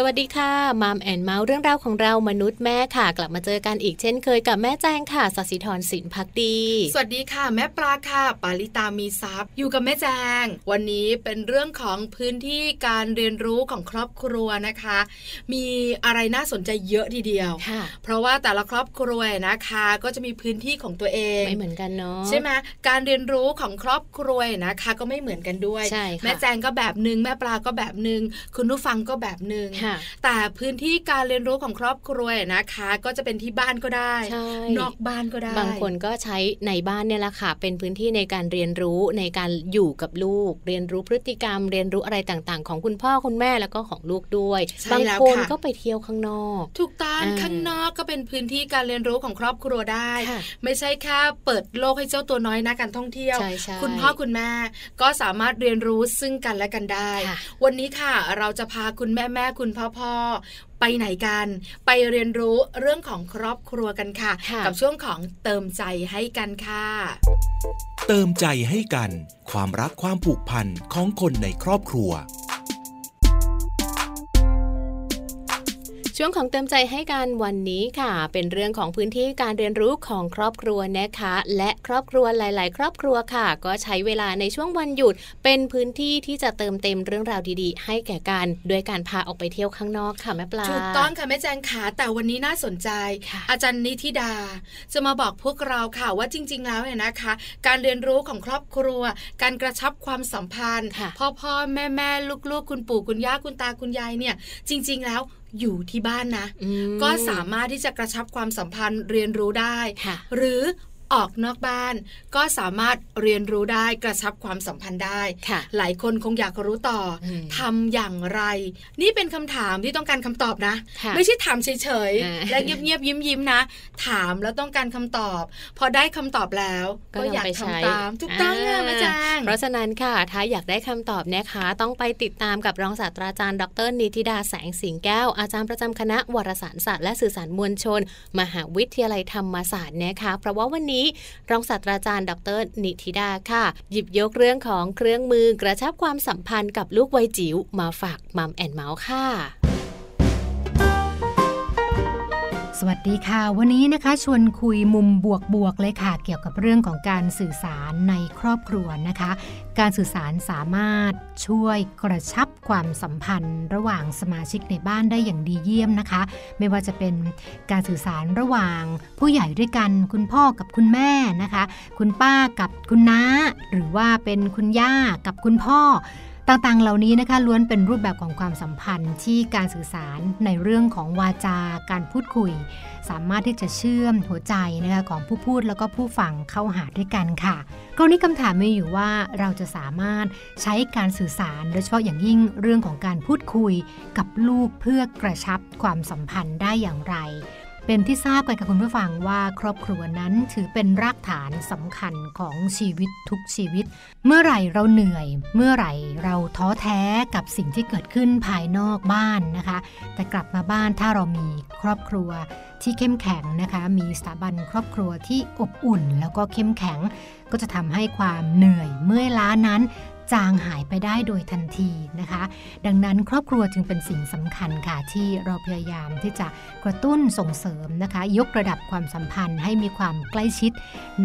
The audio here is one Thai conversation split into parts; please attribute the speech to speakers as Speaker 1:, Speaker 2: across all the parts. Speaker 1: สวัสดีค่ะมัมแอนเมาส์เรื่องราวของเรามนุษย์แม่ค่ะ กลับมาเจอกันอีกเช่นเคยกับแม่แจงค่ะสัสิธรสินพักดี
Speaker 2: สวัสดีค่ะ แม่ปลาค่ะ ปาลิตามีซัพย์ อยู่กับแม่แจง วันนี้เป็นเรื่องของพื้นที่การเรียนรู้ของครอบครัวนะคะ มีอะไรน่าสนใจเยอะทีเดียว
Speaker 1: ค่ะ
Speaker 2: เพราะว่าแต่ละครอบครัวนะคะ ก็จะมีพื้นที่ของตัวเอง
Speaker 1: ไม่เหมือนกันเนาะ
Speaker 2: ใช่ไหมการเรียนรู้ของครอบครัวนะคะ ก็ไม่เหมือนกันด้วย
Speaker 1: ใช่ค่ะ
Speaker 2: แม่แจงก็แบบหนึ่งแม่ปลาก็แบบหนึ่งคุณผู้ฟังก็แบบหนึ่ง
Speaker 1: ค่ะ
Speaker 2: แต่พื้นที่การเรียนรู้ของครอบครัวนะคะ ก็จะเป็นที่บ้านก็ได้
Speaker 1: ใช่
Speaker 2: นอกบ้านก็ได้
Speaker 1: บางคนก็ใช้ในบ้านเนี่ยแหละค่ะ เป็นพื้นที่ในการเรียนรู้ในการอยู่กับลูก เรียนรู้พฤติกรรม เรียนรู้อะไรต่างๆ ของคุณพ่อคุณแม่แล้วก็ของลูกด้วย
Speaker 2: ใช่
Speaker 1: บาง
Speaker 2: แล้ว
Speaker 1: คน
Speaker 2: ค่ะ
Speaker 1: ก็ไปเที่ยวข้างนอก
Speaker 2: ถูกต้อง
Speaker 1: อ่า
Speaker 2: ข้างนอกก็เป็นพื้นที่การเรียนรู้ของครอบครัวได้
Speaker 1: ค่ะ
Speaker 2: ไม่ใช่แค่เปิดโลกให้เจ้าตัวน้อยนะการท่องเที่ยว
Speaker 1: ใช่ใช่
Speaker 2: คุณพ่อคุณแม่ก็สามารถเรียนรู้ซึ่งกันและกันได้
Speaker 1: ค่ะ
Speaker 2: วันนี้ค่ะ เราจะพาคุณแม่แม่คุณพ่อพ่อไปไหนกัน ไปเรียนรู้เรื่องของครอบครัวกันค่ะ
Speaker 1: ค่ะ
Speaker 2: กับช่วงของเติมใจให้กันค่ะ
Speaker 3: เติมใจให้กัน ความรักความผูกพันของคนในครอบครัว
Speaker 1: ช่วงของเติมใจให้กันวันนี้ค่ะ เป็นเรื่องของพื้นที่การเรียนรู้ของครอบครัวนะคะ และครอบครัวหลาย ๆ ครอบครัวค่ะ ก็ใช้เวลาในช่วงวันหยุด เป็นพื้นที่ที่จะเติมเต็มเรื่องราวดีๆ ให้แก่กันด้วยการพาออกไปเที่ยวข้างนอกค่ะแม่ปลา
Speaker 2: ถูกต้องค่ะแม่แจงขาแต่วันนี้น่าสนใจ
Speaker 1: ค่ะ
Speaker 2: อาจารย์นิธิดา จะมาบอกพวกเราค่ะว่าจริง ๆ แล้วเนี่ยนะคะ การเรียนรู้ของครอบครัว การกระชับความสัมพันธ์
Speaker 1: ค่ะ
Speaker 2: พ่อพ่อแม่แม่ลูกๆ คุณปู่คุณย่าคุณตาคุณยายเนี่ย จริง ๆ แล้วอยู่ที่บ้านนะ
Speaker 1: อืม
Speaker 2: ก็สามารถที่จะกระชับความสัมพันธ์เรียนรู้ได้
Speaker 1: ค่ะ
Speaker 2: หรือออกนอกบ้าน ก็สามารถเรียนรู้ได้กระชับความสัมพันธ์ได้
Speaker 1: ค่ะ
Speaker 2: หลายคนคงอยากรู้ต่ออ
Speaker 1: ม
Speaker 2: ทำอย่างไร นี่เป็นคำถามที่ต้องการคำตอบนะ
Speaker 1: ค่ะ
Speaker 2: ไม่ใช่ถามเฉย
Speaker 1: อ่า
Speaker 2: ๆ และเงียบๆ ยิ้มๆ นะ ถามแล้วต้องการคำตอบ พอได้คำตอบแล้ว
Speaker 1: ก็
Speaker 2: ก็
Speaker 1: นำ
Speaker 2: อยาก
Speaker 1: ไปใช้
Speaker 2: ทำตาม ถูกต้อง
Speaker 1: อ่า
Speaker 2: อะแม่แจง
Speaker 1: เพราะฉะนั้นค่ะ ถ้าอยากได้คำตอบนะคะ ต้องไปติดตามกับรองศาสตราจารย์ ดรนิติดาแสงสิงแก้ว อาจารย์ประจำคณะวารสารศาสตร์และสื่อสารมวลชน มหาวิทยาลัยธรรมศาสตร์นะคะ เพราะว่าวันนี้รองศาสตราจารย์ ดรนิติดาค่ะ หยิบยกเรื่องของเครื่องมือกระชับความสัมพันธ์กับลูกวัยจิ๋วมาฝากมัมแอนเมาส์ค่ะ
Speaker 4: สวัสดีค่ะ วันนี้นะคะชวนคุยมุมบวกบวกๆเลยค่ะ เกี่ยวกับเรื่องของการสื่อสารในครอบครัวนะคะ การสื่อสารสามารถช่วยกระชับความสัมพันธ์ ระหว่างสมาชิกในบ้านได้อย่างดีเยี่ยมนะคะ ไม่ว่าจะเป็นการสื่อสารระหว่างผู้ใหญ่ด้วยกัน คุณพ่อกับคุณแม่นะคะ คุณป้ากับคุณน้า หรือว่าเป็นคุณย่ากับคุณพ่อ ต่างๆ เหล่านี้นะคะล้วนเป็นรูปแบบของความสัมพันธ์ที่การสื่อสารในเรื่องของวาจา การพูดคุย สามารถที่จะเชื่อมหัวใจนะคะของผู้พูดแล้วก็ผู้ฟังเข้าหาด้วยกันค่ะคราวนี้คำถามมีอยู่ว่าเราจะสามารถใช้การสื่อสารโดยเฉพาะอย่างยิ่งเรื่องของการพูดคุยกับลูกเพื่อกระชับความสัมพันธ์ได้อย่างไร เป็นที่ทราบกันกับคุณผู้ฟังว่าครอบครัวนั้นถือเป็นรากฐานสำคัญของชีวิตทุกชีวิต เมื่อไหร่เราเหนื่อย เมื่อไหร่เราท้อแท้กับสิ่งที่เกิดขึ้นภายนอกบ้านนะคะ แต่กลับมาบ้านถ้าเรามีครอบครัวที่เข้มแข็งนะคะ มีสถาบันครอบครัวที่อบอุ่น แล้วก็เข้มแข็ง ก็จะทำให้ความเหนื่อยเมื่อยล้านั้น จางหายไปได้โดยทันทีนะคะ ดังนั้นครอบครัวจึงเป็นสิ่งสำคัญค่ะ ที่เราพยายามที่จะกระตุ้นส่งเสริมนะคะ ยกระดับความสัมพันธ์ให้มีความใกล้ชิด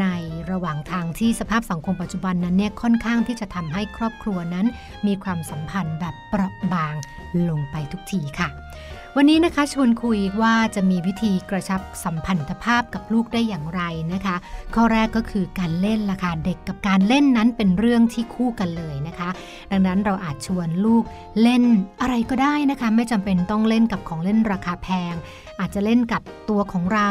Speaker 4: ในระหว่างทางที่สภาพสังคมปัจจุบันนั้นเนี่ยค่อนข้างที่จะทำให้ครอบครัวนั้น มีความสัมพันธ์แบบเปราะบางลงไปทุกทีค่ะ วันนี้นะคะชวนคุยว่าจะมีวิธีกระชับสัมพันธภาพกับลูกได้อย่างไรนะคะ ข้อแรกก็คือการเล่นล่ะค่ะเด็กกับการเล่นนั้นเป็นเรื่องที่คู่กันเลยนะคะ ดังนั้นเราอาจชวนลูกเล่นอะไรก็ได้นะคะ ไม่จำเป็นต้องเล่นกับของเล่นราคาแพง อาจจะเล่นกับตัวของเรา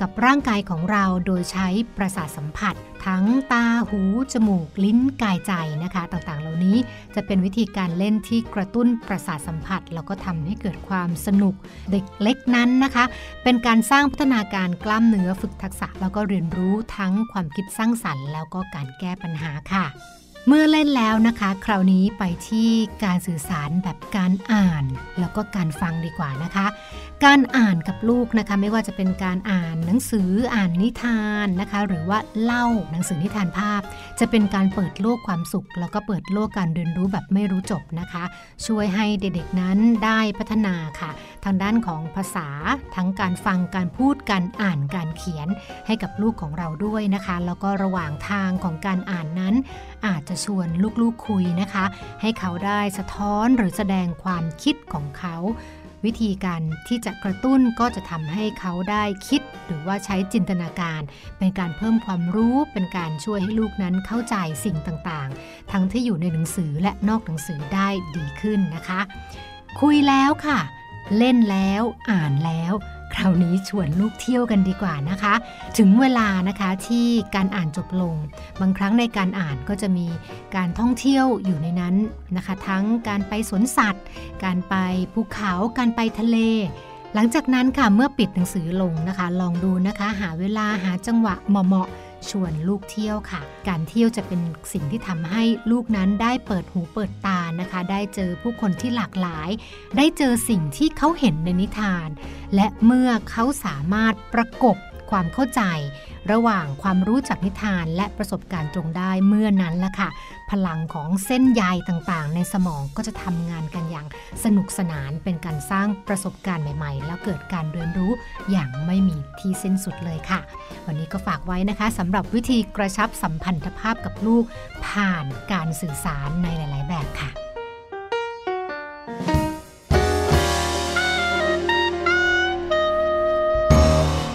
Speaker 4: กับร่างกายของเราโดยใช้ประสาทสัมผัส ทั้งตาหู จมูก ลิ้นกายใจนะคะ ต่างๆ เหล่านี้จะเป็นวิธีการเล่นที่กระตุ้นประสาทสัมผัส แล้วก็ทำให้เกิดความสนุกเด็กเล็กนั้นนะคะ เป็นการสร้างพัฒนาการกล้ามเนื้อฝึกทักษะ แล้วก็เรียนรู้ทั้งความคิดสร้างสรรค์ แล้วก็การแก้ปัญหาค่ะ เมื่อเล่นแล้วนะคะ คราวนี้ไปที่การสื่อสารแบบการอ่าน แล้วก็การฟังดีกว่านะคะ การอ่านกับลูกนะคะไม่ว่าจะเป็นการอ่านหนังสืออ่านนิทานนะคะ หรือว่าเล่าหนังสือนิทานภาพ จะเป็นการเปิดโลกความสุข แล้วก็เปิดโลกการเรียนรู้แบบไม่รู้จบนะคะ ช่วยให้เด็กๆนั้นได้พัฒนาค่ะ ทางด้านของภาษาทั้งการฟังการพูดการอ่านการเขียนให้กับลูกของเราด้วยนะคะ แล้วก็ระหว่างทางของการอ่านนั้น อาจจะชวนลูกๆคุยนะคะ ให้เขาได้สะท้อนหรือแสดงความคิดของเขา วิธีการที่จะกระตุ้นก็จะทำให้เขาได้คิด หรือว่าใช้จินตนาการ เป็นการเพิ่มความรู้เป็นการช่วยให้ลูกนั้นเข้าใจสิ่งต่างๆ ทั้งที่อยู่ในหนังสือและนอกหนังสือได้ดีขึ้นนะคะ คุยแล้วค่ะ เล่นแล้วอ่านแล้ว คราวนี้ชวนลูกเที่ยวกันดีกว่านะคะ ถึงเวลานะคะที่การอ่านจบลง บางครั้งในการอ่านก็จะมีการท่องเที่ยวอยู่ในนั้นนะคะ ทั้งการไปสวนสัตว์ การไปภูเขาการไปทะเล หลังจากนั้นค่ะเมื่อปิดหนังสือลงนะคะ ลองดูนะคะ หาเวลาหาจังหวะเหมาะๆชวนลูกเที่ยวค่ะ การเที่ยวจะเป็นสิ่งที่ทำให้ลูกนั้นได้เปิดหูเปิดตานะคะ ได้เจอผู้คนที่หลากหลาย ได้เจอสิ่งที่เขาเห็นในนิทาน และเมื่อเขาสามารถประกบความเข้าใจ ระหว่างความรู้จากนิทานและประสบการณ์ตรงได้เมื่อนั้นละค่ะ พลังของเส้นใยต่างๆ ในสมองก็จะทำงานกันอย่างสนุกสนานเป็นการสร้างประสบการณ์ใหม่ๆ แล้วเกิดการเรียนรู้อย่างไม่มีที่สิ้นสุดเลยค่ะ วันนี้ก็ฝากไว้นะคะสำหรับวิธีกระชับสัมพันธภาพกับลูก ผ่านการสื่อสารในหลาย ๆ แบบค่ะ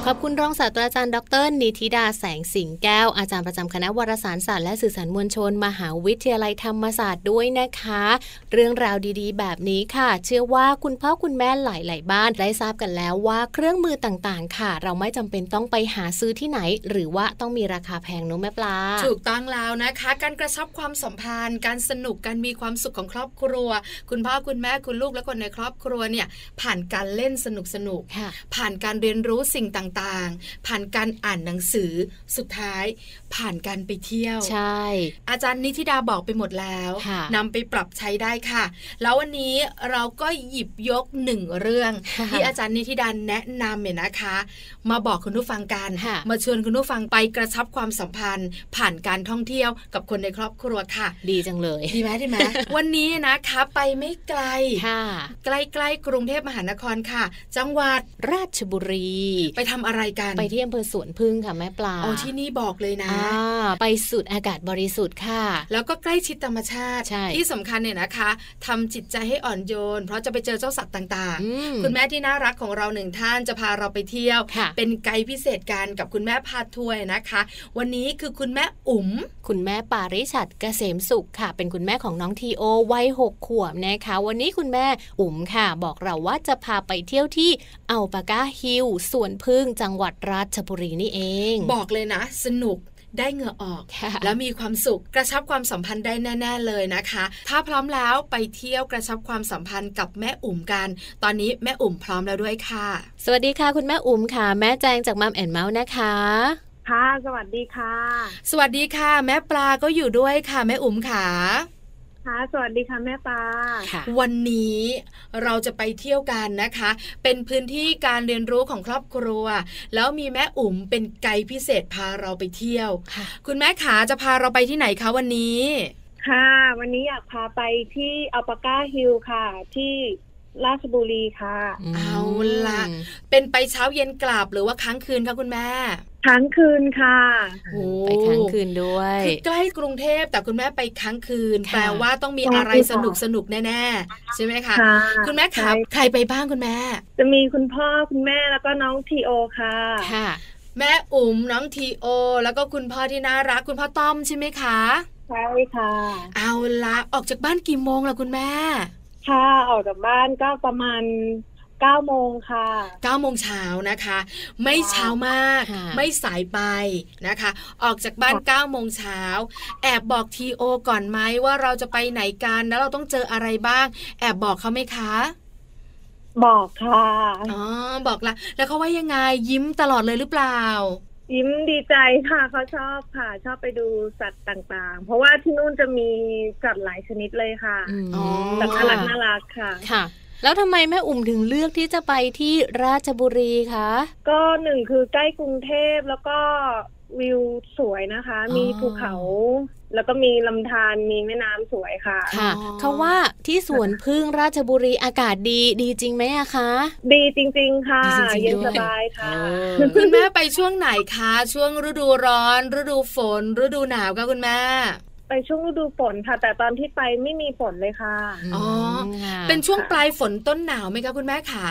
Speaker 1: ขอบคุณรองศาสตราจารย์ดรนิติดาแสงสิงแก้ว อาจารย์ประจำคณะวารสารศาสตร์และสื่อสารมวลชน มหาวิทยาลัยธรรมศาสตร์ด้วยนะคะ เรื่องราวดีๆ แบบนี้ค่ะ เชื่อว่าคุณพ่อคุณแม่หลาย ๆ บ้านได้ทราบกันแล้วว่าเครื่องมือต่างๆ ค่ะ เราไม่จำเป็นต้องไปหาซื้อที่ไหน หรือว่าต้องมีราคาแพงเนอะแม่ปลา
Speaker 2: ถูกต้องแล้วนะคะ การกระชับความสัมพันธ์ การสนุกการมีความสุขของครอบครัว คุณพ่อคุณแม่คุณลูกและคนในครอบครัวเนี่ยผ่านการเล่นสนุกสนุกๆ
Speaker 1: ค่ะ
Speaker 2: ผ่านการเรียนรู้สิ่งต่างๆ ผ่านการอ่านหนังสือสุดท้าย ผ่านการไปเที่ยว
Speaker 1: ใช่
Speaker 2: อาจารย์นิธิดาบอกไปหมดแล้ว
Speaker 1: ค่ะ
Speaker 2: นำไปปรับใช้ได้ค่ะ แล้ววันนี้เราก็หยิบยกหนึ่งเรื่อง ที่อาจารย์นิธิดานแนะนำเนี่ยนะคะ มาบอกคุณผู้ฟังกัน
Speaker 1: ค่ะ
Speaker 2: มาชวนคุณผู้ฟังไปกระชับความสัมพันธ์ ผ่านการท่องเที่ยวกับคนในครอบครัวค่ะ
Speaker 1: ดีจังเลย
Speaker 2: ดีไหมดีไหม วันนี้นะคะไปไม่ไกล
Speaker 1: ค่ะ
Speaker 2: ใกล้ๆกรุงเทพมหานครค่ะ จังหวัด
Speaker 1: ราชบุรี
Speaker 2: ไปทำอะไรกัน
Speaker 1: ไปที่อำเภอสวนพึ่งค่ะแม่ปลา
Speaker 2: เอาที่นี่บอกเลยนะ
Speaker 1: อ่าไปสูดอากาศบริสุทธิ์ค่ะ
Speaker 2: แล้วก็ใกล้ชิดธรรมชาติ
Speaker 1: ใช่
Speaker 2: ที่สำคัญเนี่ยนะคะทำจิตใจให้อ่อนโยน เพราะจะไปเจอเจ้าสัตว์ต่าง
Speaker 1: อืม
Speaker 2: ๆ คุณแม่ที่น่ารักของเราหนึ่งท่านจะพาเราไปเที่ยว
Speaker 1: ค่ะ
Speaker 2: เป็นไกด์พิเศษกันกับคุณแม่พาทัวร์นะคะ วันนี้คือคุณแม่อุ๋ม
Speaker 1: คุณแม่ปาริชัดเกษมสุขค่ะ เป็นคุณแม่ของน้องทีโอวัยหกขวบนะคะ วันนี้คุณแม่อุ๋มค่ะ บอกเราว่าจะพาไปเที่ยวที่อัลปากาฮิลลสวนพึ่งจังหวัดราชบุรีนี่เอง
Speaker 2: บอกเลยนะ สนุกได้เหงื่อออก
Speaker 1: ค่ะ
Speaker 2: แล้วมีความสุขกระชับความสัมพันธ์ได้แน่ ๆ เลยนะคะ ถ้าพร้อมแล้วไปเที่ยวกระชับความสัมพันธ์กับแม่อุ๋มกัน ตอนนี้แม่อุ๋มพร้อมแล้วด้วยค่ะ
Speaker 1: สวัสดีค่ะ คุณแม่อุ๋มค่ะ แม่แจงจากมัมแอนเมาส์นะคะ
Speaker 5: ค่ะ สวัสดีค่ะ
Speaker 2: สวัสดีค่ะ แม่ปลาก็อยู่ด้วยค่ะ แม่อุ๋มค่ะ
Speaker 5: ค่ะ สวัสดีค่ะแม่ปลา
Speaker 1: ค่ะ
Speaker 2: วันนี้เราจะไปเที่ยวกันนะคะ เป็นพื้นที่การเรียนรู้ของครอบครัว แล้วมีแม่อุ๋มเป็นไกด์พิเศษพาเราไปเที่ยว
Speaker 1: ค่ะ
Speaker 2: คุณแม่ขาจะพาเราไปที่ไหนคะวันนี้
Speaker 5: ค่ะ วันนี้อยากพาไปที่อัลปาก้าฮิลค่ะ ที่ราชบุรีค่ะ
Speaker 2: เอาล่ะ เป็นไปเช้าเย็นกลับหรือว่าค้างคืนคะคุณแม่
Speaker 5: ครั้งคืนค่ะ
Speaker 1: อืมไปค้างคืนด้วย
Speaker 2: คือใกล้กรุงเทพแต่คุณแม่ไปค้างคืน
Speaker 1: ค่ะ
Speaker 2: แปลว่าต้องมี
Speaker 5: ใช่
Speaker 2: อะไร
Speaker 5: ค่ะ
Speaker 2: สนุกสนุกๆแน่ๆใช่ไหมคะ
Speaker 5: ค่ะ
Speaker 2: คุณแม่ขา
Speaker 5: ใช่
Speaker 2: ใครไปบ้างคุณแม่
Speaker 5: จะมีคุณพ่อคุณแม่แล้วก็น้องทีโอค่ะ
Speaker 1: ค่ะ
Speaker 2: แม่อุ๋มน้องทีโอ แล้วก็คุณพ่อที่น่ารักคุณพ่อต้อมใช่ไหมคะ
Speaker 5: ใช่ค่ะ
Speaker 2: เอาละออกจากบ้านกี่โมงล่ะคุณแม่
Speaker 5: ค่ะ ออกจากบ้านก็ประมาณเก้าโมงค่ะ
Speaker 2: 9ก้าโมงเช้านะคะ ไม่เช้ามาก
Speaker 1: ค่ะ
Speaker 2: ไม่สายไปนะคะ ออกจากบ้าน9ก้าโมงเช้าแอบบอกทีโอก่อนไหมว่าเราจะไปไหนกันแล้วเราต้องเจออะไรบ้าง แอบบอกเขาไหมคะ
Speaker 5: บอกค่ะ
Speaker 2: อ๋อบอกละแล้วเขาว่ายังไงยิ้มตลอดเลยหรือเปล่า
Speaker 5: ยิ้มดีใจค่ะเขาชอบค่ะ ชอบไปดูสัตว์ต่างๆ เพราะว่าที่นู่นจะมีสัตว์หลายชนิดเลยค่ะ
Speaker 1: ม
Speaker 2: อ๋อ
Speaker 5: สัตว์น่ารักน่ารักค่ะ
Speaker 1: ค่ะ แล้วทำไมแม่อุ่มถึงเลือกที่จะไปที่ราชบุรีคะ
Speaker 5: ก็หนึ่งคือใกล้กรุงเทพแล้วก็วิวสวยนะคะ
Speaker 1: อ๋อ
Speaker 5: มีภูเขา แล้วก็มีลำธารมีแม่น้ำสวยค่ะ
Speaker 1: ค่ะ
Speaker 2: อ๋อ
Speaker 1: เขาว่าที่สวนพึ่งราชบุรีอากาศดีดีจริงไหมอะคะ
Speaker 5: ดีจริง ๆ ค่ะ
Speaker 1: ดีจริงๆ
Speaker 5: เย็น
Speaker 1: ด้วย
Speaker 5: สบายค่ะ
Speaker 2: คุณแม่ไปช่วงไหนคะ ช่วงฤดูร้อน ฤดูฝน ฤดูหนาวคะคุณแม่
Speaker 5: ไปช่วงฤดูฝนค่ะ แต่ตอนที่ไปไม่มีฝนเลยค่ะ
Speaker 1: ม
Speaker 2: อ๋อ
Speaker 1: ค่ะ
Speaker 2: เป็นช่วงปลายฝนต้นหนาวไหมคะคุณแม่ขา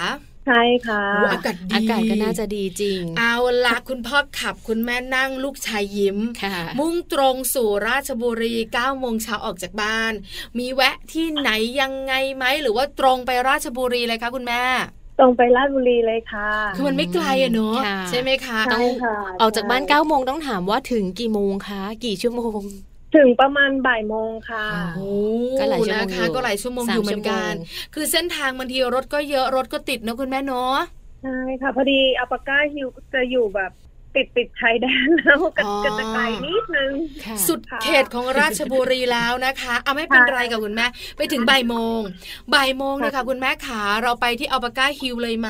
Speaker 5: ใช่ค่ะ
Speaker 2: โอ้อากาศดี
Speaker 1: อากาศก็น่าจะดีจริง
Speaker 2: เอาละคุณพ่อขับคุณแม่นั่งลูกชายยิ้ม
Speaker 1: ค่ะ
Speaker 2: มุ่งตรงสู่ราชบุรี9โมงเช้าออกจากบ้าน มีแวะที่ไหนยังไงไหม หรือว่าตรงไปราชบุรีเลยคะคุณแม่
Speaker 5: ตรงไปราชบุรีเลยค่ะ
Speaker 2: คือมันไม่ไกลอะเนอะ
Speaker 1: ค่ะ
Speaker 2: ใช่ไหมคะ
Speaker 1: ต้
Speaker 5: ใช่
Speaker 1: อง
Speaker 5: ค่ะ
Speaker 1: ออกจากบ้าน9
Speaker 5: ใช่
Speaker 1: ก้าโมงต้องถามว่าถึงกี่โมงคะ กี่ชั่วโมง
Speaker 5: ถึงประมาณบ่ายโมงค่ะ
Speaker 1: อ๋อ
Speaker 2: โอ้
Speaker 1: ก็หลายชั่วโมง
Speaker 2: นะคะ
Speaker 1: อยู่
Speaker 2: ก็หลายชั่วโมง
Speaker 1: สาม
Speaker 2: อยู่เหมือนกัน
Speaker 1: ชั่วโมง
Speaker 2: คือเส้นทางบางทีรถก็เยอะรถก็ติดนะคุณแม่เนาะ
Speaker 5: ใช่ค่ะ พอดีอัลปาก้าฮิลจะอยู่แบบติดติดชายแดนแล้วก็
Speaker 2: อ๋อ
Speaker 5: จะไกลนิดนึง
Speaker 1: ค่ะ
Speaker 2: สุดเขตของราชบุรีแล้วนะคะเอาไม่เป็นไรกับคุณแม่ ไปถึงบ่ายโมงบ่ายโมงเนี่ยค่ะคุณแม่ขาเราไปที่อัลปาก้าฮิลเลยไหม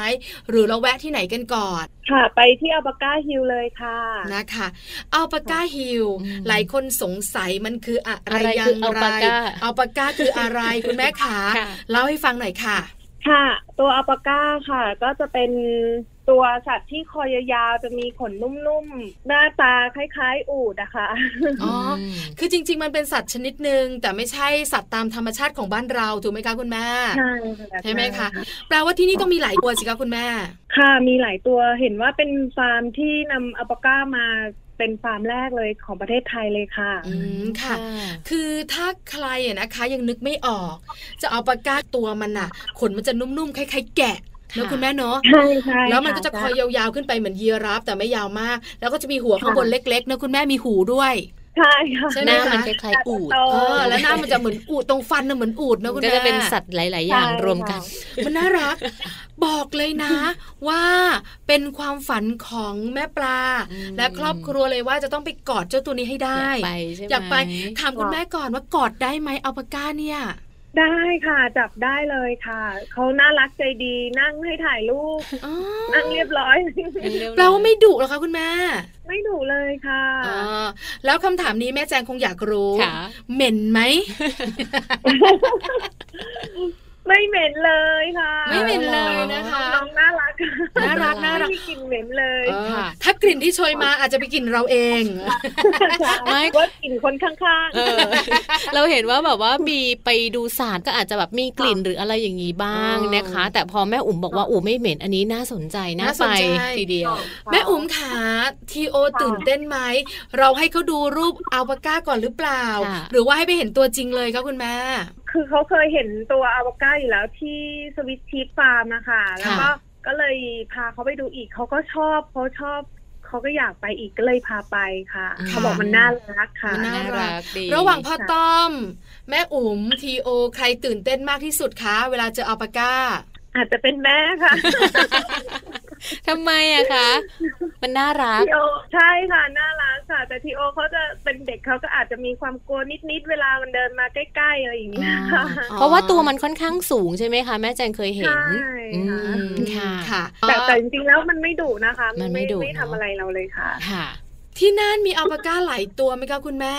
Speaker 2: หรือเราแวะที่ไหนกันก่อน
Speaker 5: ค่ะ ไปที่อัลปาก้าฮิลเลยค่ะ
Speaker 2: นะคะอัลปาก้าฮิลหลายคนสงสัยมันคืออะไร
Speaker 1: อะไร
Speaker 2: อย่า
Speaker 1: คือง อัล
Speaker 2: ไร
Speaker 1: ปาก้า
Speaker 2: อัลปาก้าคืออะไรคุณแม่ขา
Speaker 1: ค่ะ
Speaker 2: เล่าให้ฟังหน่อยค่ะ
Speaker 5: ค่ะ ตัวอัลปาก้าค่ะ ก็จะเป็นตัวสัตว์ที่คอยาวๆจะมีขนนุ่มๆ หน้าตาคล้าย ๆ อูดอะค่ะ
Speaker 2: อ๋อ คือจริง ๆ มันเป็นสัตว์ชนิดหนึ่งแต่ไม่ใช่สัตว์ตามธรรมชาติของบ้านเราถูกไหมคะคุณแม่
Speaker 5: ใช่ค่ะ
Speaker 2: ใช่ไหมคะแปลว่าที่นี่ต้องมีหลายตัวสิคะคุณแม่
Speaker 5: ค่ะมีหลายตัวเห็นว่าเป็นฟาร์มที่นำอัลปาก้ามาเป็นฟาร์มแรกเลยของประเทศไทยเลยค่ะ
Speaker 2: อืมค่ะ คือถ้าใครอะนะคะยังนึกไม่ออก จะเอาปากกาตัวมันอะขนมันจะนุ่มๆคล้ายๆแกะแล้วคุณแม่เนาะ
Speaker 5: ใช่ใช่
Speaker 2: แล้วมันก็จะค
Speaker 5: ค่
Speaker 2: อยยาวๆขึ้นไปเหมือนยีราฟแต่ไม่ยาวมาก แล้วก็จะมีหัวข้างบนเล็กๆนะคุณแม่มีหูด้วย
Speaker 5: ใช่ค่ะ
Speaker 2: ใช่
Speaker 1: ห
Speaker 2: ไหม
Speaker 1: น้า
Speaker 2: คะ
Speaker 1: มันคล้ายๆอูด
Speaker 5: เอ
Speaker 2: เออแล้วหน้ามันจะเหมือนอูดตรงฟันนะเหมือนอูดนะคุณ
Speaker 1: ก็
Speaker 2: แม่
Speaker 1: จะเป็นสัตว์หลาย ๆ อย่าง
Speaker 5: ใช่
Speaker 1: รวมกัน
Speaker 2: มันน่ารัก บอกเลยนะ ว่าเป็นความฝันของแม่ปลา
Speaker 1: อืม
Speaker 2: และครอบครัวเลยว่าจะต้องไปกอดเจ้าตัวนี้ให้
Speaker 1: อ
Speaker 2: ได้
Speaker 1: ยากไปใช่ไหม
Speaker 2: อยากไปถามคุณแม่ก่อนว่ากอดได้ไหมอัลปาก้าเนี่ย
Speaker 5: ได้ค่ะ จับได้เลยค่ะ เขาน่ารักใจดีนั่งให้ถ่ายรูป
Speaker 2: อ๋อ
Speaker 5: นั่งเรียบร้อย
Speaker 2: แปลว่าไม่ดุเหรอคะคุณแม่
Speaker 5: ไม่ดุเลยค่ะ
Speaker 2: อ่าแล้วคำถามนี้แม่แจงคงอยากรู้
Speaker 1: ค่ะ
Speaker 2: เหม็นไหม
Speaker 5: ไม่เหม็นเลยค่ะ
Speaker 2: ไม่เหม็นเลยนะคะ
Speaker 5: น้องๆน่ารัก
Speaker 2: น่ารักน่ารัก
Speaker 5: ไม่มีกลิ่นเหม็นเลย
Speaker 2: เออ
Speaker 1: ค่ะ
Speaker 2: ถ้ากลิ่นที่โชยมาอาจจะไปกลิ่นเราเอง
Speaker 1: ไม่
Speaker 5: ว่ากลิ่นคนข้าง
Speaker 1: เอ อเราเห็นว่าแบบว่ามีไปดูสารก็อาจจะแบบมีกลิ่นหรืออะไรอย่างนี้บ้างนะคะ แต่พอแม่อุ๋มบอกว่าอู๋ไม่เหม็นอันนี้น่าสนใจน่า
Speaker 2: น่าส
Speaker 1: ไป
Speaker 2: นใจ
Speaker 1: ทีเดียว
Speaker 5: ๆ
Speaker 2: แม่อุ๋มขาทีโอตื่นเต้นไหม เราให้เขาดูรูปอัลปาก้าก่อนหรือเปล่า
Speaker 1: ค่ะ
Speaker 2: หรือว่าให้ไปเห็นตัวจริงเลยคะคุณแม่
Speaker 5: คือเขาเคยเห็นตัวอาวาก้าอยู่แล้วที่สวิตชีฟฟาร์มนะคะแล้วก็ก็เลยพาเขาไปดูอีกเขาก็ชอบเขาชอบเขาก็อยากไปอีกก็เลยพาไปค่ะ
Speaker 1: อืม
Speaker 5: เขาบอกมันน่ารักค่ะ
Speaker 2: มัน
Speaker 1: น่ารักดี
Speaker 2: ระหว่างพ่อต้อม แม่อุ๋มทีโอใครตื่นเต้นมากที่สุดคะเวลาเจออัลปาก้า
Speaker 5: อาจจะเป็นแม่ค่ะ
Speaker 1: ทำไมอะคะ มันน่ารัก
Speaker 5: ทีโอใช่ค่ะน่ารักค่ะ แต่ทีโอเขาจะเป็นเด็กเขาก็อาจจะมีความกลัวนิดๆเวลามันเดินมาใกล้ๆอะไรอย่างเงี้ยค่ะ
Speaker 1: เพราะว่าตัวมันค่อนข้างสูงใช่ไหมคะ แม่แจงเคยเห็น
Speaker 5: ใช่
Speaker 1: อื
Speaker 5: ค่ะ
Speaker 1: มค่ะ
Speaker 2: ค่ะ
Speaker 5: แต่
Speaker 2: เอ่อ
Speaker 5: แต่จริงๆแล้วมันไม่ดุนะคะ
Speaker 1: มันไม่ดุ
Speaker 5: ไม่
Speaker 1: เนอะ
Speaker 5: ทำอะไรเราเลยค่ะ
Speaker 1: ค่ะ
Speaker 2: ที่น่านมีอัลปาก้าหลายตัวไหมคะคุณแม่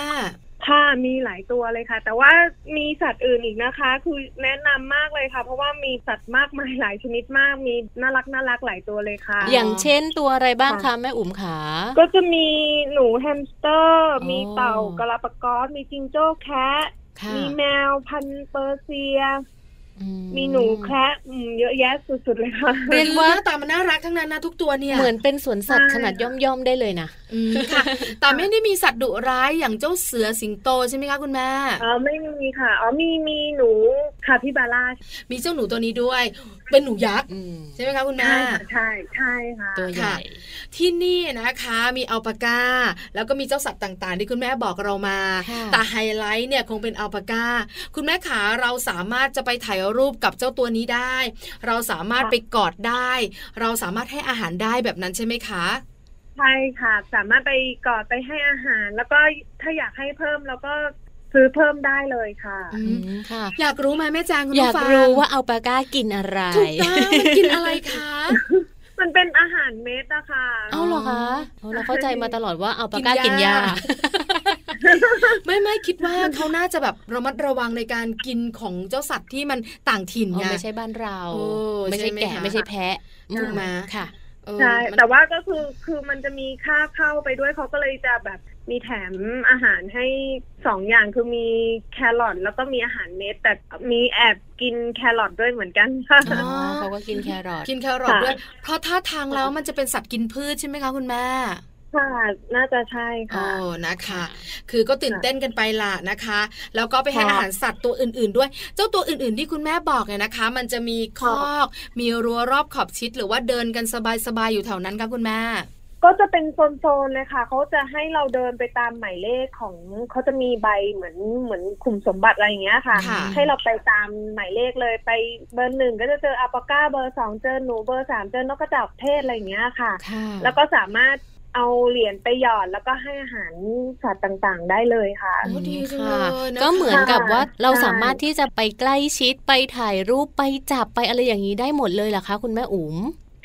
Speaker 5: ค่ะมีหลายตัวเลยค่ะ แต่ว่ามีสัตว์อื่นอีกนะคะ คือแนะนำมากเลยค่ะ เพราะว่ามีสัตว์มากมายหลายชนิดมากมีน่ารักน่ารักหลายตัวเลยค่ะ
Speaker 2: อ๋อ
Speaker 1: อ
Speaker 2: อ
Speaker 1: ย่างเช่นตัวอะไรบ้างคะ
Speaker 5: ค่ะ
Speaker 1: แม่อุ๋มขา
Speaker 5: ก็จะมีหนูแฮมสเตอร์ มีเต่า
Speaker 1: อ๋อ
Speaker 5: กระปากอสมีจิงโจ้แคะ
Speaker 1: ค่ะ
Speaker 5: มีแมวพันธุ์เปอร์เซีย
Speaker 1: อื
Speaker 5: มีหนูแคระอืมเยอะแยะสุดๆเลยค่ะ
Speaker 2: เรียนรู้หน้าตามันน่ารักทั้งนั้นนะทุกตัวเนี่ย
Speaker 1: เหมือนเป็นสวนสัตว์
Speaker 5: ใช่
Speaker 1: ขนาดย่อมๆได้เลยนะ
Speaker 2: อืมค่ะ แต่ไม่ได้มีสัตว์ดุร้ายอย่างเจ้าเสือสิงโตใช่ไหมคะคุณแม่
Speaker 5: อ๋อไม่มีค่ะอ๋อมีมีหนูคาพิบาร่า
Speaker 2: มีเจ้าหนูตัวนี้ด้วย เป็นหนูยักษ์
Speaker 1: อืม
Speaker 2: ใช่ไหมคะคุณแม่
Speaker 5: ใช่ค่ะใช่ใช่ค่ะ
Speaker 1: ตัวใหญ่
Speaker 2: ที่นี่นะคะมีอัลปาก้า แล้วก็มีเจ้าสัตว์ต่างๆ ที่คุณแม่บอกเรามา
Speaker 1: ค่ะ
Speaker 2: แต่ไฮไลท์เนี่ยคงเป็นอัลปาก้า คุณแม่ขาเราสามารถจะไปถ่ายรูปกับเจ้าตัวนี้ได้ เราสามารถไปกอดได้ เราสามารถให้อาหารได้แบบนั้นใช่ไหมคะ
Speaker 5: ใช่ค่ะ สามารถไปกอดไปให้อาหาร แล้วก็ถ้าอยากให้เพิ่มเราก็ซื้อเพิ่มได้เลยค่ะ
Speaker 2: อื
Speaker 1: อื
Speaker 2: ม
Speaker 1: มค่ะ
Speaker 2: อยากรู้ไหมแม่แจงคุณ
Speaker 1: อยา
Speaker 2: ผู้
Speaker 1: ก
Speaker 2: ฟัง
Speaker 1: รู้ว่าอัลปาก้ากินอะไร
Speaker 2: ถูกต้องมันกินอะไรคะ
Speaker 5: มันเป็นอาหารเม็ดอะค่ะ
Speaker 1: เอาเหรอคะเอาเราเข้าใจมาตลอดว่าอัลปาก้า
Speaker 2: กิ
Speaker 1: กิ
Speaker 2: น
Speaker 1: น
Speaker 2: ห
Speaker 1: ห
Speaker 2: ญ้า
Speaker 1: ญ้า
Speaker 2: ไม่ไม่คิดว่าเขาน่าจะแบบระมัดระวังในการกินของเจ้าสัตว์ที่มันต่างถิ่น
Speaker 1: อ๋อ
Speaker 2: ไง
Speaker 1: ไม่ใช่บ้านเรา
Speaker 2: โอ้
Speaker 1: ไม่ใช่
Speaker 2: ใช่ไหม
Speaker 1: แกะ
Speaker 2: คะ
Speaker 1: ไม่ใช่แพะ
Speaker 2: ถูกไหม
Speaker 1: ค่ะ
Speaker 2: เออ
Speaker 5: ใช่
Speaker 2: มัน
Speaker 5: แต่ว่าก็คือคือมันจะมีค่าเข้าไปด้วยเขาก็เลยจะแบบมีแถมอาหารให้สองอย่างคือมีแครอทแล้วก็มีอาหารเม็ดแต่มีแอบกินแครอทด้วยเหมือนกันค่ะ
Speaker 1: อ๋อเขาก็กินแครอท
Speaker 2: กินแครอทด้วย
Speaker 5: ค่ะ
Speaker 2: เพราะท่าทางแล้วมันจะเป็นสัตว์กินพืชใช่ไหมคะคุณแม่
Speaker 5: ค่ะน่าจะใช่
Speaker 2: โอ้
Speaker 5: ค่ะ
Speaker 2: นะคะ คือก็ตื่นเต้นกันไปล่ะนะคะ แล้วก็ไปให้
Speaker 5: ค่ะ
Speaker 2: อาหารสัตว์ตัวอื่น ๆ ด้วย เจ้าตัวอื่น ๆ ที่คุณแม่บอกเนี่ยนะคะ มันจะมีค
Speaker 5: ค่ะ
Speaker 2: อก มีรั้วรอบขอบชิด หรือว่าเดินกันสบาย ๆ อยู่แถวนั้นคะคุณแม่
Speaker 5: ก็จะเป็นโซนๆเลยค่ะเขาจะให้เราเดินไปตามหมายเลขของเขาจะมีใบเหมือนเหมือนขุมสมบัติอะไรอย่างเงี้ยค่ะ
Speaker 2: ค่ะ
Speaker 5: ให้เราไปตามหมายเลขเลยไปเบอร์หนึ่งก็จะเจออัลปาก้าเบอร์สองเจอหนูเบอร์สามเจอนกกระจอกเทศอะไรอย่างเงี้ยค่ะ
Speaker 1: ค่ะ
Speaker 5: แล้วก็สามารถเอาเหรียญไปหยอดแล้วก็ให้อาหารสัตว์ต่างๆ ได้เลยค่ะ
Speaker 2: โอ้ดีจัง
Speaker 1: ค่ะ
Speaker 2: เลยนะคะ
Speaker 1: ก็เหมือนกับว่าเรา
Speaker 5: ใช่
Speaker 1: สามารถที่จะไปใกล้ชิดไปถ่ายรูปไปจับไปอะไรอย่างนี้ได้หมดเลยเหรอคะ คุณแม่อุ๋ม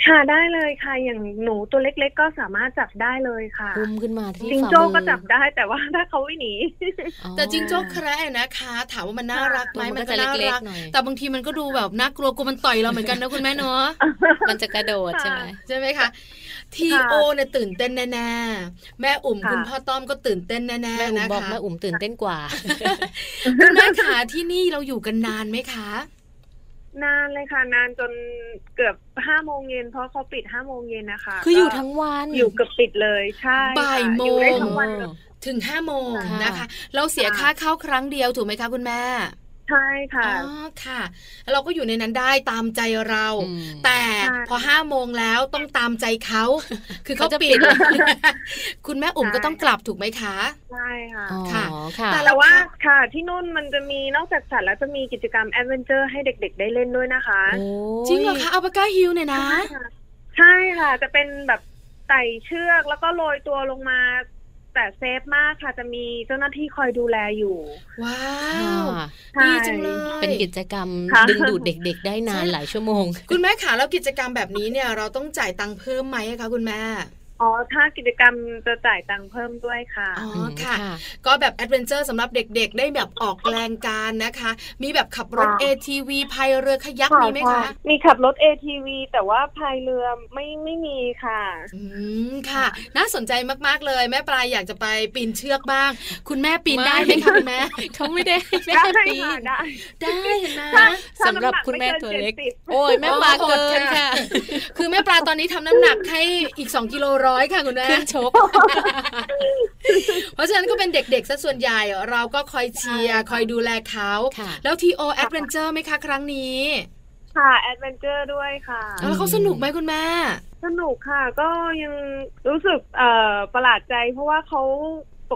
Speaker 5: ค่ะได้เลยค่ะ อย่างหนูตัวเล็กๆ ก็สามารถจับได้เลยค่ะ
Speaker 1: อุ้มขึ้นมาที่
Speaker 5: จิง
Speaker 1: ฝ่า
Speaker 5: โจ้
Speaker 1: มื
Speaker 5: ก็
Speaker 1: อ
Speaker 5: จับได้แต่ว่าถ้าเขาไม่หนี
Speaker 1: อ๋อ
Speaker 2: แต่จิงโจ้แคระนะคะ ถามว่ามันน่ารักไหม
Speaker 1: มัน
Speaker 2: มัน
Speaker 1: ก็
Speaker 2: ก็
Speaker 1: จะ
Speaker 2: น่า
Speaker 1: เล็ก
Speaker 2: รัก
Speaker 1: ๆหน่อย
Speaker 2: แต่บางทีมันก็ดูแบบน่ากลัวกลัวมันต่อยเราเหมือนกันนะคุณแม่เนาะ
Speaker 1: มันจะกระโดดใช่ไหม
Speaker 2: ใช่ไหมคะทีโอเนี่ยตื่นเต้นแน่ๆแม่อุ่ม
Speaker 5: ค่ะ
Speaker 2: คุณพ่อต้อมก็ตื่นเต้นแน่ๆ
Speaker 1: แม่อุ๋ม
Speaker 2: นะ
Speaker 1: บอก
Speaker 2: คะ
Speaker 1: แม่อุ๋มตื่นเต้นกว่า
Speaker 2: คุณแม่ขาที่นี่เราอยู่กันนานไหมคะ
Speaker 5: นานเลยค่ะ นานจนเกือบห้าโมงเย็นเพราะเขาปิดห้าโมงเย็นนะคะ
Speaker 1: คืออยู่
Speaker 5: ก็
Speaker 1: ทั้งวัน
Speaker 5: อยู่เกือบปิดเลยใช่ค่ะ
Speaker 2: บ่ายโมง
Speaker 5: อได้ทั้งวันเลย
Speaker 2: ถึงห้าโมง
Speaker 5: ค่ะ
Speaker 2: นะคะ เราเสียค่าเข้าครั้งเดียวถูกไหมคะคุณแม่
Speaker 5: ใช่
Speaker 2: อ๋
Speaker 5: ค่ะ
Speaker 2: อค่ะเราก็อยู่ในนั้นได้ตามใจเรา
Speaker 1: อืม
Speaker 2: แต่
Speaker 5: ใช่
Speaker 2: พอห้าโมงแล้วต้องตามใจเขา คือเขา
Speaker 1: เขาจะ
Speaker 2: ปิ
Speaker 1: ปิ
Speaker 2: ด
Speaker 1: ด
Speaker 2: คุณแม่อุ่มก็ต้องกลับถูกไหมคะ
Speaker 5: ใช่ค่ะ
Speaker 1: อ๋อ
Speaker 2: ค่ะ
Speaker 1: ค่ะ
Speaker 2: แต่
Speaker 5: แต่ว่าค่ะที่นู่นมันจะมีนอกจากสัตว์แล้วจะมีกิจกรรมแอดเวนเจอร์ให้เด็ก ๆ ได้เล่นด้วยนะคะ
Speaker 1: โอ้ย
Speaker 2: จริงเหรอคะอัลปาก้าฮิลเนี่ยนะ
Speaker 5: ใช่ค่ะ จะเป็นแบบไต่เชือกแล้วก็โรยตัวลงมา แต่เซฟมากค่ะ จะมีเจ้าหน้าที่คอยดูแลอยู่
Speaker 2: ว้า
Speaker 1: ค่ะ
Speaker 2: ว
Speaker 5: ใช่
Speaker 2: ดีจังเลย
Speaker 1: เป็นกิจกรรม
Speaker 5: ค่ะ
Speaker 1: ดึงดูดเด็กๆ ได้นานหลายชั่วโมง
Speaker 2: คุณแม่ขาแล้วกิจกรรมแบบนี้เนี่ยเราต้องจ่ายตังค์เพิ่มไหมอะคะคุณแม่
Speaker 5: อ๋อถ้ากิจกรรมจะจ่ายตังค์เพิ่มด้วยค่ะ
Speaker 2: อ๋อค่ะ ก็แบบแอดเวนเจอร์สำหรับเด็กๆ ได้แบบออกแรงการนะคะ มีแบบขับรถ
Speaker 5: ค่ะ
Speaker 2: ATV พายเรือขยักมีไหมคะ
Speaker 5: มีขับรถ ATV แต่ว่าพายเรือไม่ไม่มีค่ะ
Speaker 2: อืมค่ะ น่าสนใจมากๆเลย แม่ปลายอยากจะไปปีนเชือกบ้าง คุณแม่ปีนได้ไหมคะคุณแม่
Speaker 1: เขาไม่ได้ให้แม่
Speaker 5: ได้
Speaker 1: ปี
Speaker 5: ค่ะ
Speaker 1: น
Speaker 5: ได้
Speaker 2: ได้เห็นไหม
Speaker 5: ถ้าถ้า
Speaker 1: สำหรับคุณแม่
Speaker 5: น้ำหนัก
Speaker 1: ตั
Speaker 5: ไม่เกิน
Speaker 1: วเล็ก
Speaker 5: เจ็ดสิบ
Speaker 1: โอ้ยแม่ปลาเกินค่ะ
Speaker 2: คือแม่ปลาตอนนี้ทำน้ำหนักให้อีก2กิโลร้อยค่ะคุณแม่
Speaker 1: ขึ้นชก
Speaker 2: เพราะฉะนั้นก็เป็นเด็กๆซะส่วนใหญ่เราก็คอยเชียร์คอยดูแลเขา
Speaker 1: ค่ะ
Speaker 2: แล้วทีโอแอดเวนเจอร์ไหมคะครั้งนี้
Speaker 5: ค่ะแอดเวนเจอร์ด้วยค่ะ
Speaker 2: แล้วเขาสนุกไหมคุณแม่
Speaker 5: สนุกค่ะ ก็ยังรู้สึกเอ่อประหลาดใจ เพราะว่าเขา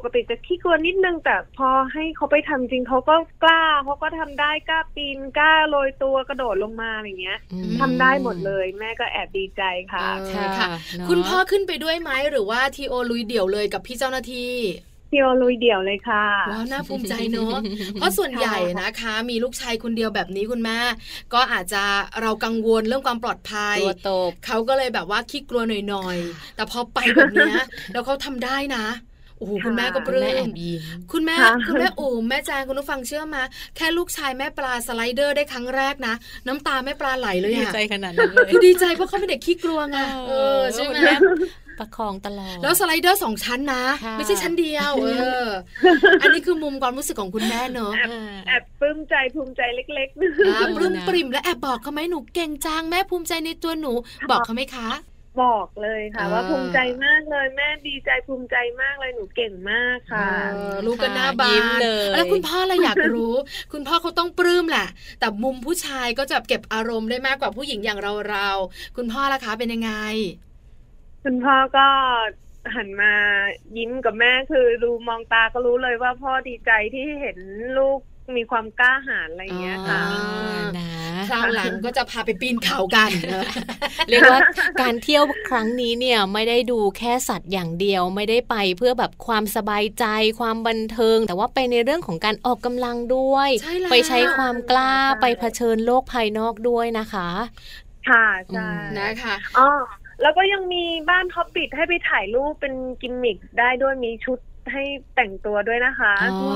Speaker 5: ปกติจะขี้กลัวนิดนึง แต่พอให้เขาไปทำจริงเขาก็กล้าเขาก็ทำได้กล้าปีนกล้าโรยตัวกระโดดลงมาอย่างเงี้ย
Speaker 1: อื
Speaker 2: ม
Speaker 5: ทำได้หมดเลย แม่ก็แอบดีใจค่ะ
Speaker 2: เออ
Speaker 1: ค่ะเนอะ
Speaker 2: คุณพ่อขึ้นไปด้วยไหมหรือว่าทีโอลุยเดี่ยวเลยกับพี่เจ้าหน้าที่
Speaker 5: พี่โอลุยเดี่ยวเลยค่ะ
Speaker 2: ว้าวน่าภูมิใจเน อะเพราะส่วนใหญ่นะคะ มีลูกชายคนเดียวแบบนี้คุณแม่ ก็อาจจะเรากังวลเรื่องความปลอดภัย
Speaker 1: ตัวโตบ
Speaker 2: เขาก็เลยแบบว่าขี้กลัวหน่อยๆ แต่พอไปแบบเนี้ย แล้วเขาทำได้นะโอ้โหคุณแม่ก็ป
Speaker 1: คุณ
Speaker 2: ลื้
Speaker 1: แม่แอ
Speaker 2: ม
Speaker 1: บยิ้ม
Speaker 2: คุณแม่
Speaker 5: ค่ะ
Speaker 2: คุณแม่อู๋แม่แจงคุณผู้ฟังเชื่อมา แค่ลูกชายแม่ปลาสไลเดอร์ได้ครั้งแรกนะ น้ำตาแม่ปลาไหลเลย
Speaker 1: ดี
Speaker 2: อะ
Speaker 1: ใจขนาดนั้นเลย
Speaker 2: คือดีใจเพราะเขาเป็นเด็กขี้กลัวไงเออใช่ไหม
Speaker 1: แม่ประคองตลอด
Speaker 2: แล้วสไลเดอร์สองชั้นนะ
Speaker 1: ค่ะ
Speaker 2: ไม่ใช่ชั้นเดียวเออ อันนี้คือมุมความรู้สึกของคุณแม่เนอะ
Speaker 1: อ่า
Speaker 5: แอบปลื้มใจภูมิใจเล็กๆนึง
Speaker 2: อ่าปลื้มปริ่มและแอบบอกเขาไหมหนูเก่งจังแม่ภูมิใจในตัวหนู บอกเขาไหมคะ
Speaker 5: บอกเลยค่ะ
Speaker 1: อ่า
Speaker 5: ว่าภูมิใจมากเลย แม่ดีใจภูมิใจมากเลยหนูเก่งมากค่ะ
Speaker 2: เออลูกก็หน้าบา
Speaker 1: ยิ้
Speaker 2: น
Speaker 1: มเลย
Speaker 2: แล้วคุณพ่อเราอยากรู้ คุณพ่อเขาต้องปลื้มแหละ แต่มุมผู้ชายก็จะเก็บอารมณ์ได้มากกว่าผู้หญิงอย่างเราเราๆคุณพ่อล่ะคะเป็นยังไง
Speaker 5: คุณพ่อก็หันมายิ้มกับแม่คือดูมองตาก็รู้เลยว่าพ่อดีใจที่เห็นลูก มีความกล้าหาญอะไรอย่างเงี้ยค่ะ
Speaker 1: อ๋อนะ
Speaker 2: คราวหลังก็จะพาไปปีนเขากัน
Speaker 1: เรียกว่าการเที่ยวครั้งนี้เนี่ยไม่ได้ดูแค่สัตว์อย่างเดียวไม่ได้ไปเพื่อแบบความสบายใจความบันเทิง แต่ว่าไปในเรื่องของการออกกำลังด้วย
Speaker 2: ใช่แล้ว
Speaker 1: ไปใช้ความกล้า
Speaker 5: ใช่
Speaker 1: ไปเผชิญโลกภายนอกด้วยนะคะ
Speaker 5: ค่ะใช่
Speaker 1: อืม
Speaker 2: นะคะ
Speaker 5: อ๋อแล้วก็ยังมีบ้านฮอบบิทให้ไปถ่ายรูปเป็นกิมมิคได้ด้วยมีชุดให้แต่งตัวด้วยนะคะ
Speaker 1: อ๋อ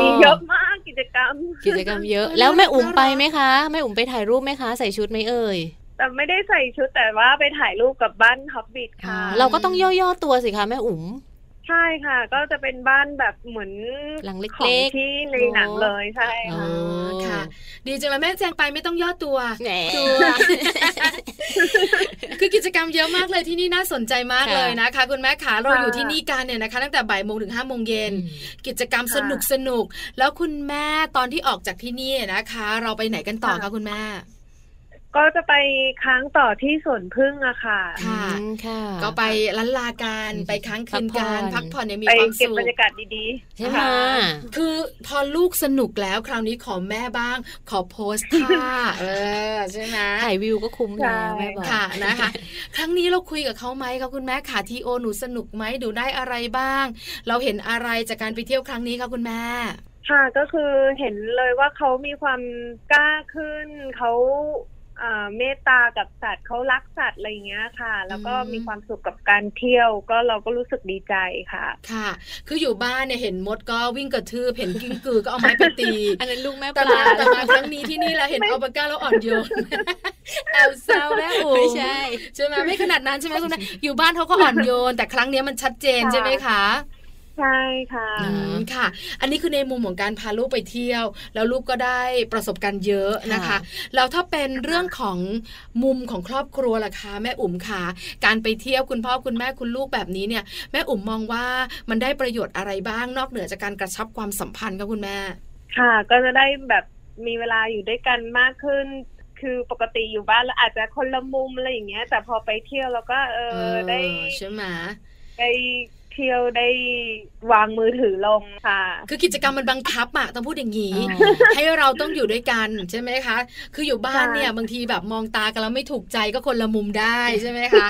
Speaker 5: มีเยอะมากกิจกรรม
Speaker 1: กิจกรรมเยอะ แล้วแม่อุ๋มไปไหมคะแม่อุ๋มไปถ่ายรูปไหมคะ ใส่ชุดไหมเอ่ย
Speaker 5: แต่ไม่ได้ใส่ชุดแต่ว่าไปถ่ายรูปกับบ้านฮอบบิท
Speaker 1: อ๋อ
Speaker 5: ค่ะ
Speaker 1: เราก็ต้องย่อๆตัวสิคะแม่อุ๋ม
Speaker 5: ใช่ค่ะ ก็จะเป็นบ้านแบบเหมือน
Speaker 1: หลังเล็กๆ
Speaker 5: ของที่ในหนังเลยใช่
Speaker 1: อ๋อ
Speaker 5: ค่ะ
Speaker 2: ค่ะ ดีจังเลยแม่แจงไปไม่ต้องย่อตัว
Speaker 1: แหม
Speaker 2: คือกิจกรรมเยอะมากเลยที่นี่น่าสนใจมาก
Speaker 1: ค่ะ
Speaker 2: เลยนะคะ คุณแม่ขาเรา
Speaker 5: ค่ะ
Speaker 2: อยู่ที่นี่กันเนี่ยนะคะ ตั้งแต่บ่ายโมงถึงห้าโมงเย็น กิจกรรมสนุกสนุกๆแล้วคุณแม่ตอนที่ออกจากที่นี่นะคะ เราไปไหนกันต่อคะคุณแม่
Speaker 5: ก็จะไปค้างต่อที่สวนพึ่งอะค่ะ
Speaker 2: ค่ะ
Speaker 1: อืมค่ะ
Speaker 2: ก็ไปล้านลากันไปค้างคืนกัน
Speaker 1: พั
Speaker 2: พั
Speaker 1: ก
Speaker 2: ก
Speaker 1: ผ่
Speaker 2: ผ่
Speaker 1: อ
Speaker 2: อน นเนี่ยมี
Speaker 5: ไป
Speaker 2: ความ
Speaker 5: เก็บ
Speaker 2: สุข
Speaker 5: บรรยากาศดีๆ
Speaker 1: ใช่ไหม
Speaker 5: ค่ะ
Speaker 2: คือพอลูกสนุกแล้วคราวนี้ขอแม่บ้าง ขอโพสต์ท่า เออใช่ไหม
Speaker 1: ถ่ายวิวก็คุ้มแล้วแม่บอก
Speaker 2: ค่ะนะคะ ครั้งนี้เราคุยกับเขาไหมคะคุณแม่ขาทีโอหนูสนุกไหมหนูได้อะไรบ้าง เราเห็นอะไรจากการไปเที่ยวครั้งนี้คะคุณแม่
Speaker 5: ค่ะก็คือเห็นเลยว่าเขามีความกล้าขึ้นเขาอ่าเมตตากับสัตว์เขารักสัตว์อะไรอย่างเงี้ยค่ะ แล้วก็
Speaker 2: อืม
Speaker 5: มีความสุขกับการเที่ยว ก็เราก็รู้สึกดีใจค่ะ
Speaker 2: ค่ะ คืออยู่บ้านเนี่ยเห็นมดก็วิ่งกระทืบเห็นกิ้งกือก็เอาไม้ไปตี
Speaker 1: อันนั้นลูกแม่ป
Speaker 2: แต่
Speaker 1: ลา
Speaker 2: มาแต่มาครั้งนี้ที่นี่เราเห็นอัลปาก้าแล้วอ่อนโยน แอลแซวแม่อู
Speaker 1: ไม่ใช่
Speaker 2: ใช่ไหมไม่ขนาดนั้นใช่ไหมคุณแม่อยู่บ้านเขาก็อ่อนโยน แต่ครั้งนี้มันชัดเจน
Speaker 5: ค่ะ
Speaker 2: ใช่ไหมคะ
Speaker 5: ใช่ค่ะ
Speaker 1: อื
Speaker 2: อืมค่ะ อันนี้คือในมุมของการพาลูกไปเที่ยว แล้วลูกก็ได้ประสบการณ์เยอะนะคะ
Speaker 1: ค่ะ
Speaker 2: แล้วถ้าเป็นเรื่องของมุมของครอบครัวล่ะคะ แม่อุ๋มค่ะ การไปเที่ยวคุณพ่อคุณแม่คุณลูกแบบนี้เนี่ย แม่อุ๋มมองว่ามันได้ประโยชน์อะไรบ้างนอกเหนือจากการกระชับความสัมพันธ์กับคุณแม่
Speaker 5: ค่ะก็จะได้แบบมีเวลาอยู่ด้วยกันมากขึ้น คือปกติอยู่บ้านแล้วอาจจะคนละมุมอะไรอย่างเงี้ย แต่พอไปเที่ยวแล้วก็เอ
Speaker 2: เอ
Speaker 5: อได้
Speaker 2: ใช่ไหม
Speaker 5: ได้เที่ยวได้วางมือถือลงค่ะ
Speaker 2: คือกิจกรรมมันบังคับอะต้องพูดอย่างนี้
Speaker 1: อ๋อ
Speaker 2: ให้เราต้องอยู่ด้วยกันใช่ไหมคะ คืออยู่บ้านเนี่ยบางทีแบบมองตากันแล้วไม่ถูกใจก็คนละมุมได้ใช่ไหมคะ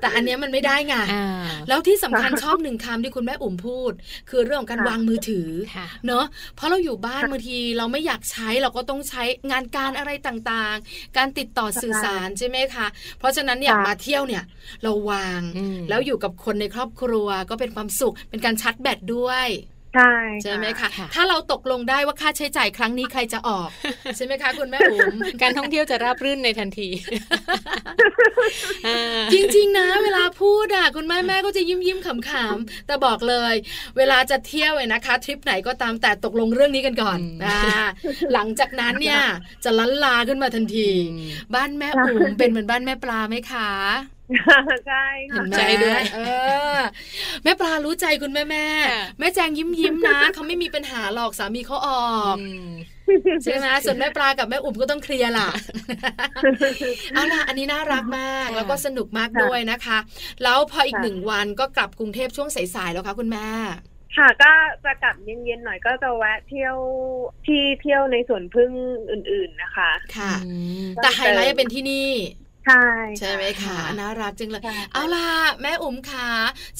Speaker 2: แต่อันเนี้ยมันไม่ได้ไง
Speaker 1: อ่า
Speaker 2: แล้วที่สำคัญชอบหนึ่งคำที่คุณแม่อุ่มพูด คือเรื่องของการ
Speaker 5: ค่ะ
Speaker 2: วางมือถือ
Speaker 1: ค่ะ
Speaker 2: เนอะเพราะเราอยู่บ้านบางทีเราไม่อยากใช้เราก็ต้องใช้งานการอะไรต่างๆ การติดต่อสื่อสารใช่ไหมคะ เพราะฉะนั้นเนี่ย
Speaker 5: ค่ะ
Speaker 2: มาเที่ยวเนี่ยเราวาง
Speaker 1: อืม
Speaker 2: แล้วอยู่กับคนในครอบครัวก็เป็นความสุข เป็นการชาร์จแบตด้วย
Speaker 5: ใช่
Speaker 2: ใช่ไหมคะ
Speaker 1: ค่ะ
Speaker 2: ถ้าเราตกลงได้ว่าค่าใช้จ่ายครั้งนี้ใครจะออก ใช่ไหมคะคุณแม่อุ๋ม
Speaker 1: การท่องเที่ยวจะราบรื่นในทันทีอ่า
Speaker 2: จริงๆนะ เวลาพูดอ่ะคุณแม่แม่ก็จะยิ้มยิ้มๆขำๆแต่บอกเลย เวลาจะเที่ยวเนี่ยนะคะทริปไหนก็ตามแต่ตกลงเรื่องนี้กันก่อน
Speaker 1: อืม
Speaker 2: อ่าหลังจากนั้นเนี่ยจะลันลาขึ้นมาทันที บ้านแม่อุ๋มเป็นเหมือนบ้านแม่ปลาไหมคะ
Speaker 5: ใช่
Speaker 2: เห็
Speaker 5: ค่ะ
Speaker 2: นไหม
Speaker 1: ใจด้วย
Speaker 2: เออ แม่ปลารู้ใจคุณแม่แม่ๆ
Speaker 1: ค่ะ
Speaker 2: แม่แจงยิ้มยิ้มๆนะเขาไม่มีปัญหาหรอกสามีเขาออก
Speaker 1: อืม
Speaker 2: ใช่ไหมส่วนแม่ปลากับแม่อุ๋มก็ต้องเคลียร์ ล่ะ เอาล่ะ อันนี้น่ารักมาก
Speaker 1: ค่ะ
Speaker 2: แล้วก็สนุกมาก
Speaker 5: ค่ะ
Speaker 2: ด้วยนะคะ แล้วพออีก
Speaker 5: ค่ะ
Speaker 2: หนึ่งวันก็กลับกรุงเทพช่วงสายๆแล้วค่ะคุณแม่
Speaker 5: ค่ะก็จะกลับเย็นๆหน่อยก็จะแวะเที่ยวที่เที่ยวในสวนพึ่งอื่น ๆนะคะ
Speaker 2: ค่ะ
Speaker 1: อืม
Speaker 2: แต่ไฮไลท์เป็นที่นี่
Speaker 5: ใช่
Speaker 2: ใช่ไหมคะ น่ารักจังเลย
Speaker 5: ใช่
Speaker 2: เอาล่ะ แม่อุ๋มค่ะ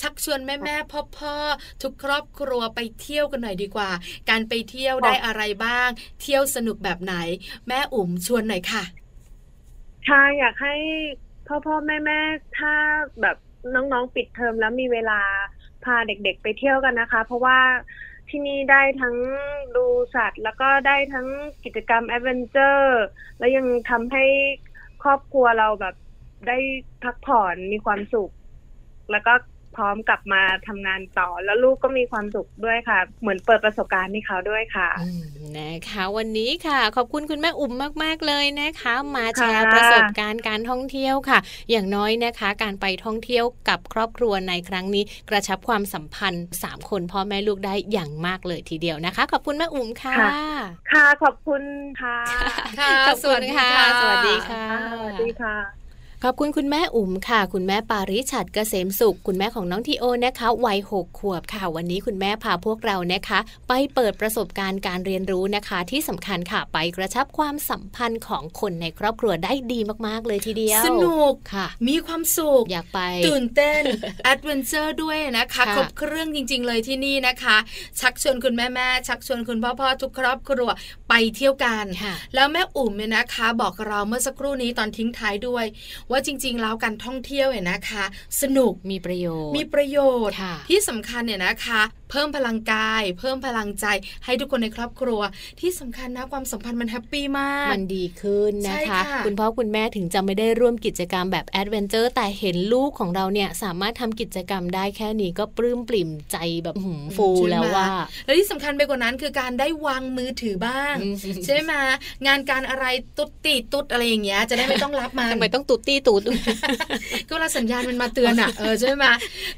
Speaker 2: ชักชวนแม่แม่พ่อพ่อๆทุกครอบครัวไปเที่ยวกันหน่อยดีกว่า การไปเที่ยวได้อะไรบ้าง เที่ยวสนุกแบบไหน แม่อุ๋มชวนหน่อยค่ะ
Speaker 5: ค่ะอยากให้พ่อพ่อแม่แม่ๆถ้าแบบน้องๆปิดเทอมแล้วมีเวลาพาเด็กๆไปเที่ยวกันนะคะ เพราะว่าที่นี่ได้ทั้งดูสัตว์ แล้วก็ได้ทั้งกิจกรรมแอดเวนเจอร์แล้วยังทำให้ครอบครัวเราแบบได้พักผ่อนมีความสุข แล้วก็พร้อมกลับมาทำงานต่อ แล้วลูกก็มีความสุขด้วยค่ะ เหมือนเปิดประสบการณ์ให้เขาด้วยค่ะ
Speaker 1: อืมนะคะวันนี้ค่ะ ขอบคุณคุณแม่อุ่มมาก ๆ เลยนะคะ มาแชร์
Speaker 5: ค่ะ
Speaker 1: ประสบการณ์การท่องเที่ยวค่ะ อย่างน้อยนะคะ การไปท่องเที่ยวกับครอบครัวในครั้งนี้ กระชับความสัมพันธ์สามคนพ่อแม่ลูกได้อย่างมากเลยทีเดียวนะคะ ขอบคุณแม่อุ่มค่ะ
Speaker 5: ค่ะ ค่ะขอบคุณค่ะ
Speaker 2: ค่ะ
Speaker 1: ขอบคุณค่ะ ส
Speaker 2: สวั
Speaker 1: วัส
Speaker 2: สดี
Speaker 1: ดี
Speaker 2: ค่ะ
Speaker 1: ค่ะ
Speaker 5: สวัสดีค่ะ
Speaker 1: ขอบคุณคุณแม่อุ๋มค่ะ คุณแม่ปาริชัดเกษมสุข คุณแม่ของน้องทีโอนะคะวัยหกขวบค่ะ วันนี้คุณแม่พาพวกเรานะคะ ไปเปิดประสบการณ์การเรียนรู้นะคะ ที่สำคัญค่ะไปกระชับความสัมพันธ์ของคนในครอบครัวได้ดีมากๆเลยทีเดียว
Speaker 2: สนุก
Speaker 1: ค่ะ
Speaker 2: มีความสุข
Speaker 1: อยากไป
Speaker 2: ตื่นเต้น แอดเวนเจอร์ด้วยนะคะ
Speaker 1: ค่ะ
Speaker 2: ครบเครื่องจริง ๆ เลยที่นี่นะคะ ชักชวนคุณแม่แม่ๆชักชวนคุณพ่อพ่อๆทุกครอบครัวไปเที่ยวกัน
Speaker 1: ค่ะ
Speaker 2: แล้วแม่อุ่มเนี่ยนะคะ บอกเราเมื่อสักครู่นี้ตอนทิ้งท้ายด้วย ว่าจริง ๆ แล้วการท่องเที่ยวเนี่ยนะคะ สนุก
Speaker 1: มีประโยชน์
Speaker 2: มีประโยชน์
Speaker 1: ค่ะ
Speaker 2: ที่สำคัญเนี่ยนะคะ เพิ่มพลังกาย เพิ่มพลังใจให้ทุกคนในครอบครัว ที่สำคัญนะความสัมพันธ์มันแฮปปี้มาก
Speaker 1: มันดีขึ้นนะ
Speaker 2: ใช่
Speaker 1: คะ
Speaker 2: ค่ะ
Speaker 1: คุณพ่อคุณแม่ถึงจะไม่ได้ร่วมกิจกรรมแบบแอดเวนเจอร์แต่เห็นลูกของเราเนี่ยสามารถทำกิจกรรมได้แค่นี้ก็ปลื้มปลิ่มใจแบบหืมฟู
Speaker 2: ใช่ไหม
Speaker 1: แล้วว่า
Speaker 2: และที่สำคัญไปกว่านั้นคือการได้วางมือถือบ้าง
Speaker 1: อืม
Speaker 2: ใช่ไหมงานการอะไรตุ๊ดตีตุ๊ดอะไรอย่างเงี้ยจะได้ไม่ต้องรับมัน
Speaker 1: ทำไมต้องตุดตี้ตูดด้วย
Speaker 2: ก็เวลาสัญญาณมันมาเตือน อ่ะเออใช่ไหม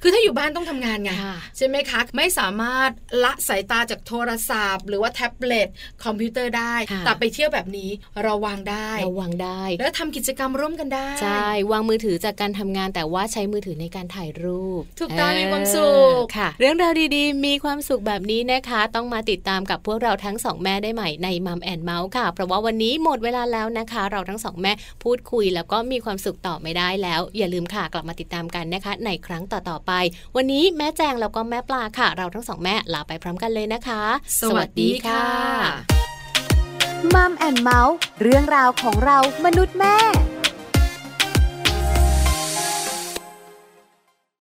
Speaker 2: คือถ้าอยู่บ้านต้องทำงานไง
Speaker 1: ค่ะ
Speaker 2: ใช่ไหมคะไม่สามารถละสายตาจากโทรศัพท์ หรือว่าแท็บเล็ตคอมพิวเตอร์ได้
Speaker 1: ค่ะ
Speaker 2: แต่ไปเที่ยวแบบนี้เราวางได้
Speaker 1: ระวังได้
Speaker 2: แล้วทำกิจกรรมร่วมกันได้
Speaker 1: ใช่ วางมือถือจากการทำงานแต่ว่าใช้มือถือในการถ่ายรูป
Speaker 2: ถูกต้อง
Speaker 1: เ
Speaker 2: มีความสุข
Speaker 1: ค่ะ เรื่องราวดีๆ มีความสุขแบบนี้นะคะ ต้องมาติดตามกับพวกเราทั้งสองแม่ได้ใหม่ในมัมแอนเมาส์ค่ะ เพราะว่าวันนี้หมดเวลาแล้วนะคะ เราทั้งสองแม่พูดคุยแล้วก็มีความสุขต่อไม่ได้แล้ว อย่าลืมค่ะกลับมาติดตามกันนะคะ ในครั้งต่อๆไป วันนี้แม่แจงแล้วก็แม่ปลาค่ะ เราทั้งสองแม่ลาไปพร้อมกันเลยนะคะ
Speaker 6: มัมแอนเมาส์เรื่องราวของเรามนุษย์แม่